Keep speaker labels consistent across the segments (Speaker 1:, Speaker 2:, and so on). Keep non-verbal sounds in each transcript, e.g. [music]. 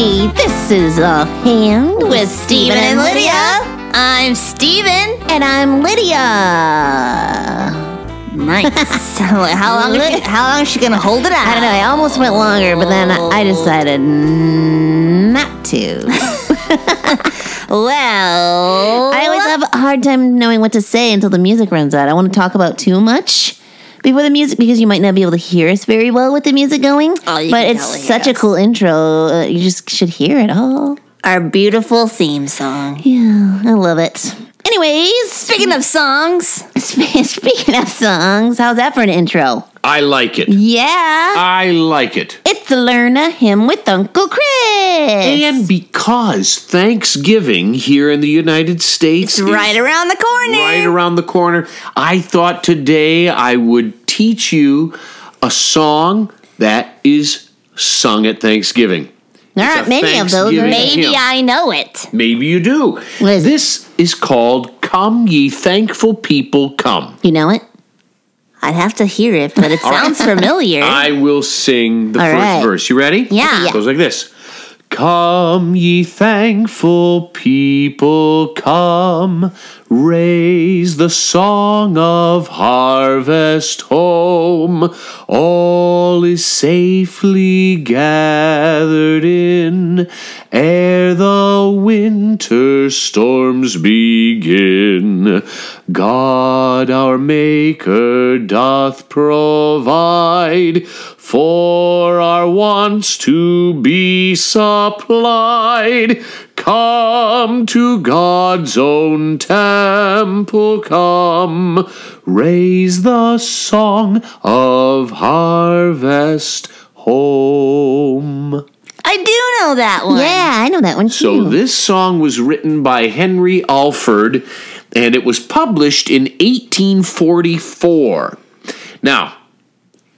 Speaker 1: This is Offhand with Steven and Lydia. I'm Steven.
Speaker 2: And I'm Lydia. [laughs]
Speaker 1: Nice. how long? Is she, how long is she gonna hold it out? Oh.
Speaker 2: I don't know, I almost went longer, but then I decided not to.
Speaker 1: Well,
Speaker 2: I always have a hard time knowing what to say until the music runs out. I want to talk about too much before the music because you might not be able to hear us very well with the music going.
Speaker 1: Oh, you
Speaker 2: but
Speaker 1: can
Speaker 2: it's
Speaker 1: totally hear
Speaker 2: such a
Speaker 1: us.
Speaker 2: cool intro. Uh, you just should hear it all.
Speaker 1: our beautiful theme song.
Speaker 2: Yeah, I love it. Anyways,
Speaker 1: Speaking of songs,
Speaker 2: speaking of songs, how's that for an intro?
Speaker 3: I like it.
Speaker 2: Yeah,
Speaker 3: I like it.
Speaker 2: it's Learn a Hymn with Uncle Chris.
Speaker 3: And because Thanksgiving here in the United States is
Speaker 1: right around the corner.
Speaker 3: right around the corner, I thought today I would teach you a song that is sung at Thanksgiving.
Speaker 2: there
Speaker 3: It's
Speaker 2: aren't
Speaker 3: a
Speaker 2: many of those.
Speaker 3: Thanksgiving
Speaker 2: Right?
Speaker 3: hymn.
Speaker 1: I know it.
Speaker 3: Maybe you do.
Speaker 2: What is it?
Speaker 3: this is called Come Ye Thankful People Come.
Speaker 2: You know it.
Speaker 1: I'd have to hear it, but it
Speaker 2: [laughs]
Speaker 1: sounds familiar.
Speaker 3: I will sing the
Speaker 2: All
Speaker 3: first
Speaker 2: right.
Speaker 3: verse. You ready?
Speaker 1: Yeah.
Speaker 3: It goes like this. Come, ye thankful people, come, raise the song of harvest home. All is safely gathered in ere the winter storms begin. God our Maker doth provide for our wants to be supplied. Come to God's own temple, come, raise the song of harvest home.
Speaker 1: I do know that one.
Speaker 2: Yeah, I know that one too.
Speaker 3: So, this song was written by Henry Alford and it was published in 1844. Now,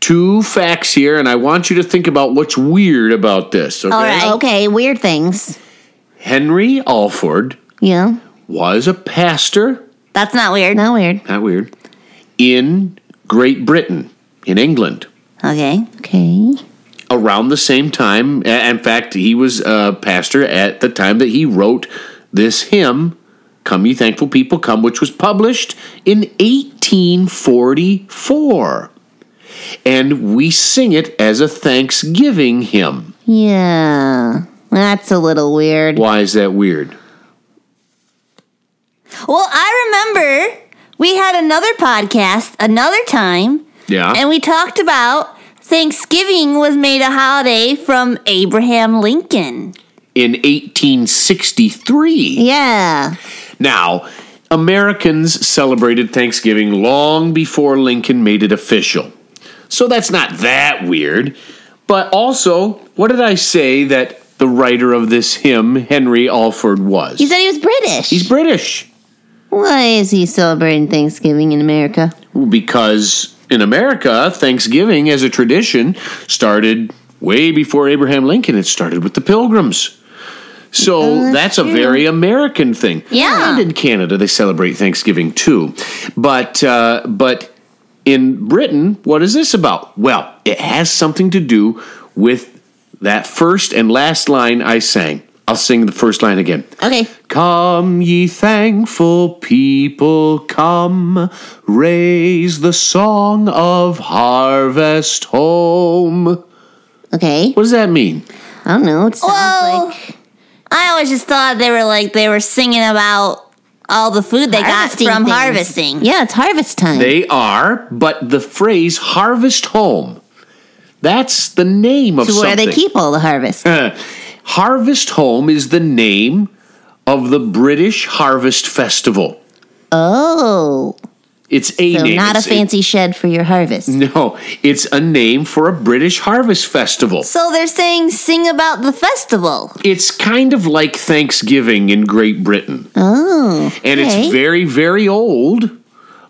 Speaker 3: two facts here, and I want you to think about what's weird about this. Okay?
Speaker 1: All right.
Speaker 2: okay, weird things.
Speaker 3: Henry Alford
Speaker 2: Yeah,
Speaker 3: was a pastor,
Speaker 1: That's not weird.
Speaker 2: not weird.
Speaker 3: not weird, in Great Britain, in England.
Speaker 1: Okay.
Speaker 2: Okay.
Speaker 3: around the same time. a- In fact, he was a pastor at the time that he wrote this hymn, Come Ye Thankful People Come, which was published in 1844. And we sing it as a Thanksgiving hymn.
Speaker 2: Yeah, that's a little weird.
Speaker 3: Why is that weird?
Speaker 1: Well, I remember we had another podcast another time,
Speaker 3: Yeah.
Speaker 1: and we talked about Thanksgiving was made a holiday from Abraham Lincoln.
Speaker 3: in 1863.
Speaker 2: Yeah,
Speaker 3: Now, Americans celebrated Thanksgiving long before Lincoln made it official. So that's not that weird. But also, what did I say that the writer of this hymn, Henry Alford, was?
Speaker 2: he said he was British.
Speaker 3: He's British.
Speaker 2: Why is he celebrating Thanksgiving in America?
Speaker 3: Because in America, Thanksgiving as a tradition started way before Abraham Lincoln. It started with the pilgrims. So that's, a very American thing.
Speaker 1: Yeah.
Speaker 3: And in Canada, they celebrate Thanksgiving too. But, uh, but in Britain, what is this about? Well, it has something to do with that first and last line I sang. I'll sing the first line again.
Speaker 2: Okay.
Speaker 3: Come, ye thankful people, come, raise the song of harvest home.
Speaker 2: Okay.
Speaker 3: What does that mean?
Speaker 2: I don't know. uh, It sounds
Speaker 1: Well,
Speaker 2: like
Speaker 1: I always just thought they were like they were singing about all the food they got
Speaker 2: harvesting
Speaker 1: from
Speaker 2: things.
Speaker 1: harvesting.
Speaker 2: Yeah, it's harvest time.
Speaker 3: They are, but the phrase harvest home, that's the name of
Speaker 2: to where
Speaker 3: something. Uh,
Speaker 2: they keep all the harvest.
Speaker 3: harvest home is the name of the British Harvest Festival.
Speaker 2: oh,
Speaker 3: It's a
Speaker 2: so
Speaker 3: name.
Speaker 2: not a
Speaker 3: It's- it-
Speaker 2: fancy shed for your
Speaker 3: Mm.
Speaker 2: harvest.
Speaker 3: no, it's a name for a British Harvest Festival.
Speaker 1: So they're saying sing about the festival.
Speaker 3: It's kind of like Thanksgiving in Great Britain.
Speaker 2: Oh,
Speaker 3: And
Speaker 2: okay.
Speaker 3: it's very, very old,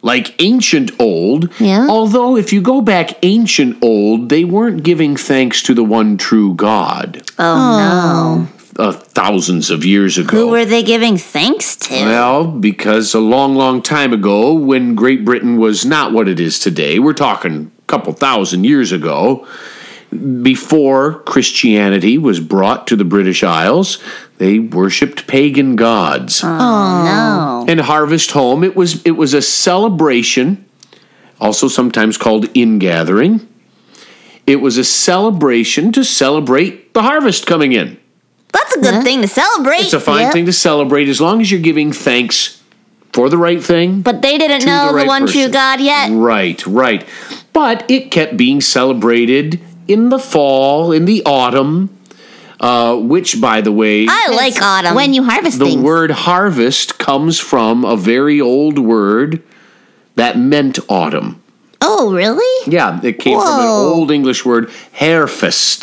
Speaker 3: like ancient old.
Speaker 2: Yeah.
Speaker 3: Although, if you go back ancient old, they weren't giving thanks to the one true God
Speaker 1: Oh,
Speaker 3: uh, thousands of years ago.
Speaker 1: no. Who were they giving thanks to?
Speaker 3: Well, because a long, long time ago, when Great Britain was not what it is today, we're talking a couple thousand years ago, before Christianity was brought to the British Isles, they worshipped pagan gods.
Speaker 2: Oh.
Speaker 1: No.
Speaker 3: And Harvest Home, it was it was a celebration, also sometimes called ingathering. It was a celebration to celebrate the harvest coming in.
Speaker 1: That's a good thing to celebrate.
Speaker 3: It's a fine
Speaker 2: Yep.
Speaker 3: thing to celebrate as long as you're giving thanks for the right thing.
Speaker 1: but they didn't
Speaker 3: To
Speaker 1: know
Speaker 3: the
Speaker 1: the,
Speaker 3: right
Speaker 1: one true
Speaker 3: person.
Speaker 1: God yet.
Speaker 3: Right, right. But it kept being celebrated in the fall, in the autumn, uh, which, by the way,
Speaker 1: I like autumn.
Speaker 2: When you harvest
Speaker 3: the
Speaker 2: things.
Speaker 3: word harvest comes from a very old word that meant autumn.
Speaker 2: oh, really?
Speaker 3: Yeah, it came from an
Speaker 2: Whoa.
Speaker 3: old English word, hairfest.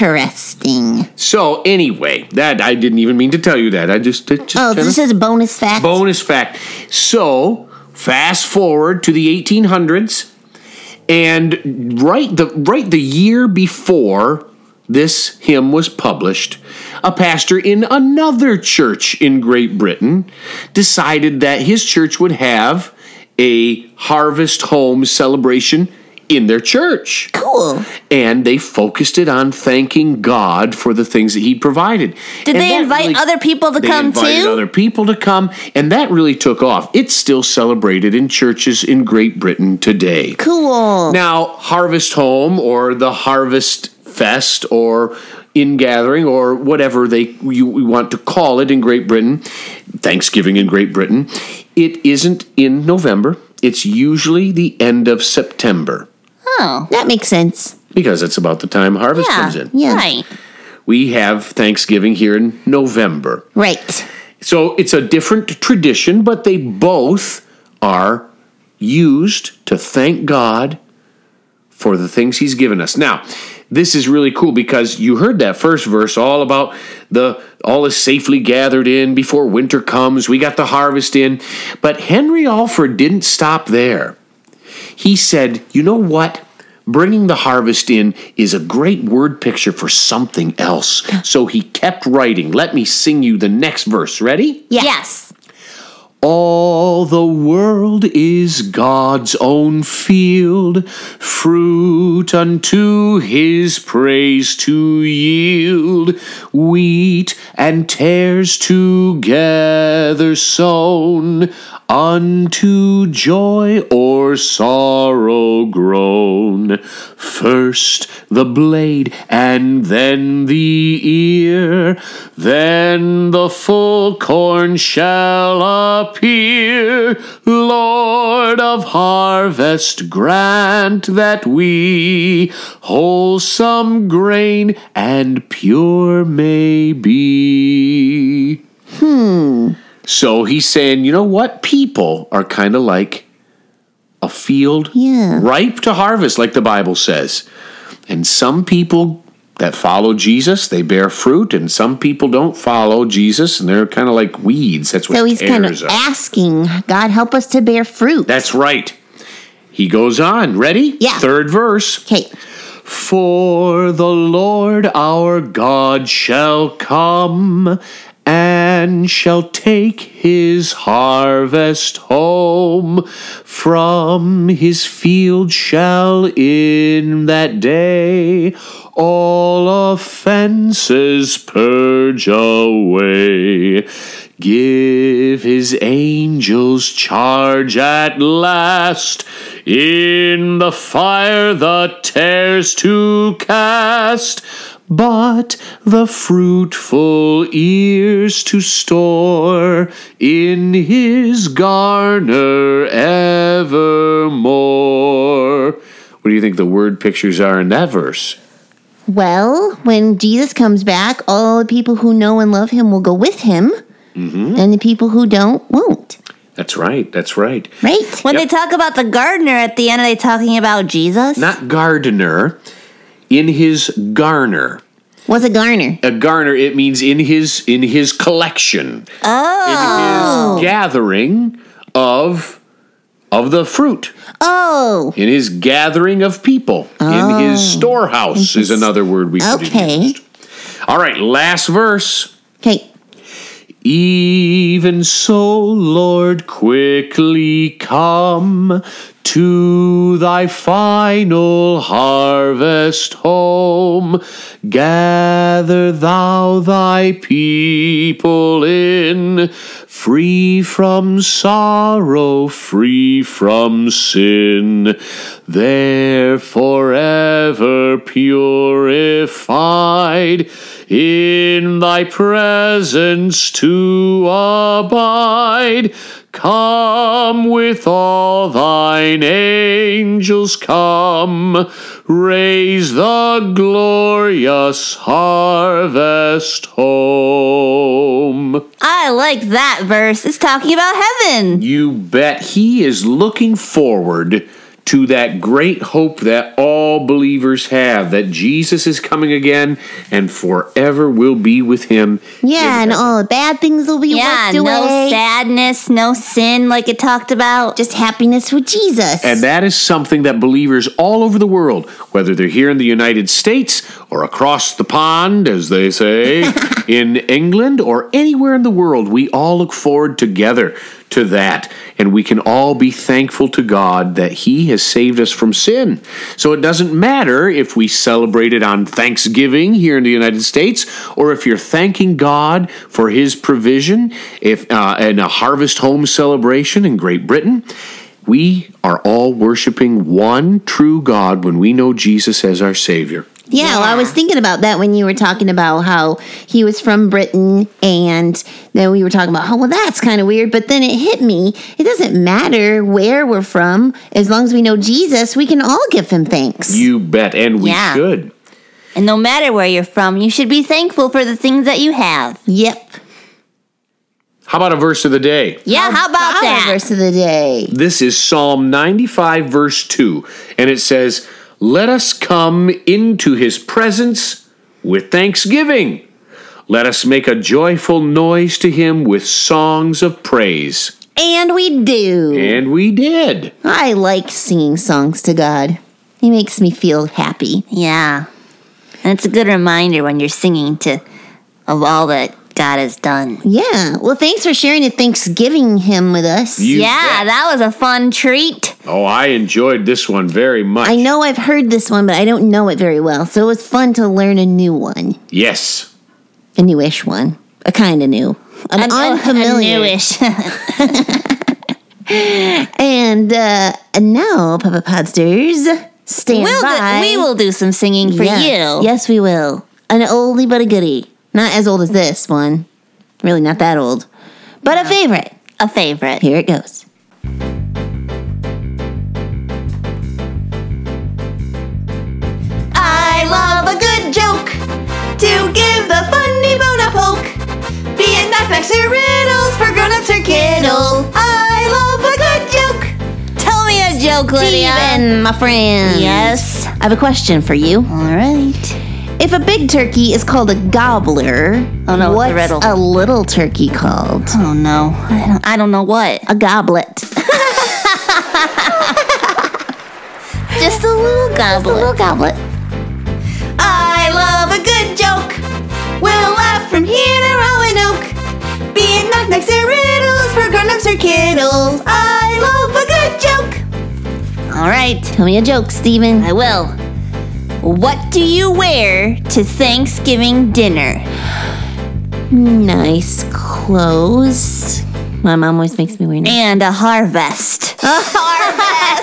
Speaker 2: Interesting.
Speaker 3: So, anyway, that I didn't even mean to tell you that. I just, it just
Speaker 2: Oh,
Speaker 3: kinda-
Speaker 2: this is a bonus fact.
Speaker 3: Bonus fact. So, fast forward to the 1800s, and right the right the year before this hymn was published, a pastor in another church in Great Britain decided that his church would have a harvest home celebration in their church
Speaker 2: cool.
Speaker 3: and they focused it on thanking God for the things that he provided.
Speaker 1: Did
Speaker 3: And
Speaker 1: they
Speaker 3: that
Speaker 1: invite
Speaker 3: really-
Speaker 1: other people to
Speaker 3: they
Speaker 1: come
Speaker 3: invited
Speaker 1: too?
Speaker 3: other people to come, and that really took off. It's still celebrated in churches in Great Britain today.
Speaker 2: Cool.
Speaker 3: Now, Harvest Home or the Harvest Fest or Ingathering or whatever they you, you want to call it in Great Britain, Thanksgiving in Great Britain, it isn't in November. It's usually the end of September
Speaker 1: oh.
Speaker 2: that makes sense.
Speaker 3: because it's about the time harvest comes in.
Speaker 2: Yeah.
Speaker 1: Right.
Speaker 3: We have Thanksgiving here in November.
Speaker 2: Right.
Speaker 3: So it's a different tradition, but they both are used to thank God for the things He's given us. Now, this is really cool because you heard that first verse all about the all is safely gathered in before winter comes. We got the harvest in. But Henry Alford didn't stop there. He said, You know what? Bringing the harvest in is a great word picture for something else. So he kept writing. Let me sing you the next verse. Ready?
Speaker 1: Yes.
Speaker 3: All the world is God's own field, fruit unto his praise to yield, wheat and tares together sown, unto joy or sorrow grown. First the blade, and then the ear, then the full corn shall appear. Lord of harvest, grant that we wholesome grain and pure may be. Hmm. So he's saying, you know what? People are kind of like a field
Speaker 2: Yeah.
Speaker 3: ripe to harvest, like the Bible says. And some people that follow Jesus, they bear fruit, and some people don't follow Jesus, and they're kind of like weeds. That's what
Speaker 2: So he's kind of
Speaker 3: tares are.
Speaker 2: asking, God help us to bear fruit.
Speaker 3: That's right. He goes on. Ready?
Speaker 2: Yeah.
Speaker 3: Third verse.
Speaker 2: okay.
Speaker 3: For the Lord our God shall come and shall take his harvest home. From his field shall in that day all offenses purge away. Give his angels charge at last in the fire the tares to cast, but the fruitful ears to store in his garner evermore. What do you think the word pictures are in that verse?
Speaker 2: Well, when Jesus comes back, all the people who know and love him will go with him,
Speaker 3: Mm-hmm.
Speaker 2: and the people who don't won't.
Speaker 3: That's right, that's right.
Speaker 2: Right?
Speaker 1: When they talk about the gardener at the end, are they talking about Jesus?
Speaker 3: Not gardener, in his garner.
Speaker 2: What's a garner?
Speaker 3: a garner it means in his in his collection oh. in his gathering of of the fruit
Speaker 2: Oh,
Speaker 3: in his gathering of people in his storehouse is another word we could
Speaker 2: Okay.
Speaker 3: use all right last verse
Speaker 2: okay.
Speaker 3: even so, Lord, quickly come To thy final harvest home, gather thou thy people in, free from sorrow, free from sin, there forever purified, in thy presence to abide. Come with all thine angels, come, raise the glorious harvest home.
Speaker 1: I like that verse. It's talking about heaven.
Speaker 3: You bet he is looking forward to that great hope that all believers have that Jesus is coming again and forever will be with him.
Speaker 2: Yeah, and all the bad things will be
Speaker 1: Yeah,
Speaker 2: wiped
Speaker 1: no
Speaker 2: away.
Speaker 1: sadness, no sin, like it talked about.
Speaker 2: Just happiness with Jesus.
Speaker 3: And that is something that believers all over the world, whether they're here in the United States or across the pond, as they say, in England or anywhere in the world, we all look forward together to that. And we can all be thankful to God that He has saved us from sin. So it doesn't matter if we celebrate it on Thanksgiving here in the United States or if you're thanking God for His provision if, uh, in a harvest home celebration in Great Britain. We are all worshiping one true God when we know Jesus as our Savior.
Speaker 2: Yeah, well, I
Speaker 1: Yeah.
Speaker 2: was thinking about that when you were talking about how he was from Britain, and then we were talking about, oh, well, that's kind of weird. But then it hit me. It doesn't matter where we're from, as long as we know Jesus, we can all give him thanks.
Speaker 3: You bet, and we
Speaker 1: Yeah.
Speaker 3: should.
Speaker 1: And no matter where you're from, you should be thankful for the things that you have.
Speaker 2: yep.
Speaker 3: How about a verse of the day?
Speaker 1: Yeah, how about
Speaker 2: Bible
Speaker 1: that?
Speaker 2: Verse of the day.
Speaker 3: This is Psalm 95, verse 2, and it says, Let us come into his presence with thanksgiving. Let us make a joyful noise to him with songs of praise.
Speaker 2: And we do.
Speaker 3: And we did.
Speaker 2: I like singing songs to God, he makes me feel happy.
Speaker 1: Yeah. And it's a good reminder when you're singing to of all that God has done.
Speaker 2: Yeah. Well, thanks for sharing the Thanksgiving hymn with us.
Speaker 3: You
Speaker 1: yeah,
Speaker 3: bet.
Speaker 1: that was a fun treat.
Speaker 3: Oh, I enjoyed this one very much.
Speaker 2: I know I've heard this one, but I don't know it very well. So it was fun to learn a new one,
Speaker 3: Yes.
Speaker 2: a newish one, a kind of new, an unfamiliar.
Speaker 1: Newish.
Speaker 2: And uh, and now, Papa Podsters, stand
Speaker 1: we'll
Speaker 2: by.
Speaker 1: do, we will do some singing for
Speaker 2: yes,
Speaker 1: you.
Speaker 2: Yes, we will. An oldie but a goodie. Not as old as this one. Really, not that old, but a favorite.
Speaker 1: A favorite.
Speaker 2: Here it goes.
Speaker 4: I love a good joke to give the funny bone a poke. Be it knockbacks or riddles for grown-ups or kiddles. I love a good joke.
Speaker 1: Tell me a joke, Lydia.
Speaker 2: Steven, my friend.
Speaker 1: Yes.
Speaker 2: I have a question for you.
Speaker 1: All right.
Speaker 2: If a big turkey is called a gobbler,
Speaker 1: Oh, no, it's a
Speaker 2: what's
Speaker 1: riddle.
Speaker 2: a little turkey called?
Speaker 1: Oh no, I don't, I don't know what.
Speaker 2: A
Speaker 1: [laughs]
Speaker 2: goblet.
Speaker 1: Just a little goblet.
Speaker 2: goblet.
Speaker 4: I love a good joke. We'll laugh from here to Roanoke. Be it knockbacks or riddles for grown-ups or kiddles. I love a good joke.
Speaker 1: All right,
Speaker 2: Tell me a joke, Steven.
Speaker 1: I will. What do you wear to Thanksgiving dinner?
Speaker 2: Nice clothes. My mom always makes me wear nice.
Speaker 1: and a
Speaker 2: [laughs]
Speaker 1: harvest. A harvest!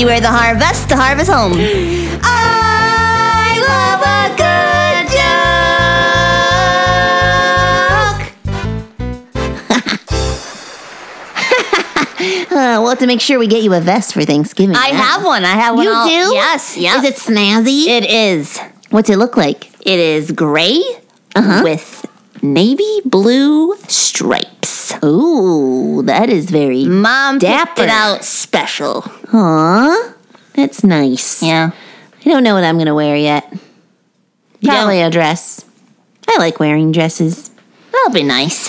Speaker 1: [laughs] you wear the harvest to harvest home.
Speaker 4: I love a good joke.
Speaker 2: Uh, we'll have to make sure we get you a vest for Thanksgiving.
Speaker 1: I
Speaker 2: yeah.
Speaker 1: have one. I have one.
Speaker 2: You
Speaker 1: all-
Speaker 2: do?
Speaker 1: Yes,
Speaker 2: Is
Speaker 1: yes.
Speaker 2: it snazzy?
Speaker 1: it is.
Speaker 2: What's it look like?
Speaker 1: It is gray
Speaker 2: Uh-huh.
Speaker 1: with navy blue stripes.
Speaker 2: Ooh, that is very.
Speaker 1: Mom picked
Speaker 2: Dapper.
Speaker 1: it out special.
Speaker 2: Huh? That's nice.
Speaker 1: Yeah.
Speaker 2: I don't know what I'm gonna wear yet.
Speaker 1: don't?
Speaker 2: Probably a dress. I like wearing dresses.
Speaker 1: That'll be nice.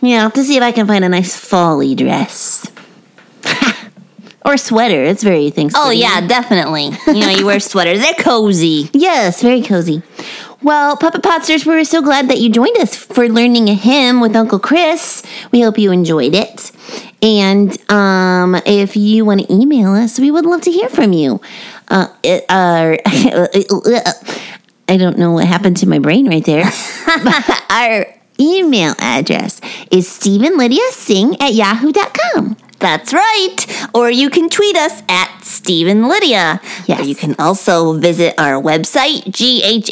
Speaker 2: Yeah, I'll have to see if I can find a nice folly dress. [laughs] or sweater. It's very Thanksgiving.
Speaker 1: Oh yeah, definitely. You know, you wear sweaters. They're cozy.
Speaker 2: Yes, very cozy. Well, Puppet Potsters, we're so glad that you joined us for learning a hymn with Uncle Chris. We hope you enjoyed it. And um, if you want to email us, we would love to hear from you. Uh, it, our, [laughs] I don't know what happened to my brain right [laughs] there. But our email address is StephenLydiaSing at yahoo.com.
Speaker 1: That's right. Or you can tweet us at Stephen Lydia.
Speaker 2: Yes.
Speaker 1: Or you can also visit our website, ghhinc.org.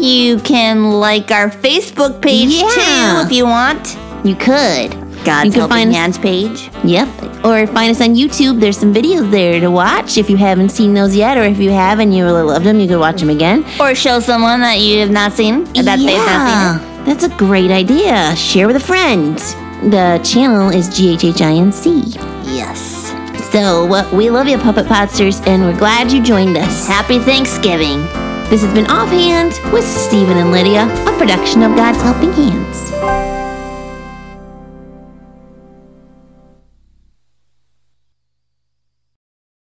Speaker 1: You can like our Facebook page
Speaker 2: Yeah.
Speaker 1: too if you want.
Speaker 2: You could.
Speaker 1: God's
Speaker 2: you can
Speaker 1: Helping
Speaker 2: find us-
Speaker 1: Hands page.
Speaker 2: Yep. Or find us on YouTube. There's some videos there to watch if you haven't seen those yet, or if you have and you really loved them, you could watch them again.
Speaker 1: Or show someone that you have not seen, that they've not seen.
Speaker 2: That's a great idea. Share with a friend. The channel is GHHINC.
Speaker 1: Yes.
Speaker 2: So uh, we love you, Puppet Podsters, and we're glad you joined us.
Speaker 1: Happy Thanksgiving.
Speaker 2: This has been Offhand with Stephen and Lydia, a production of God's Helping Hands.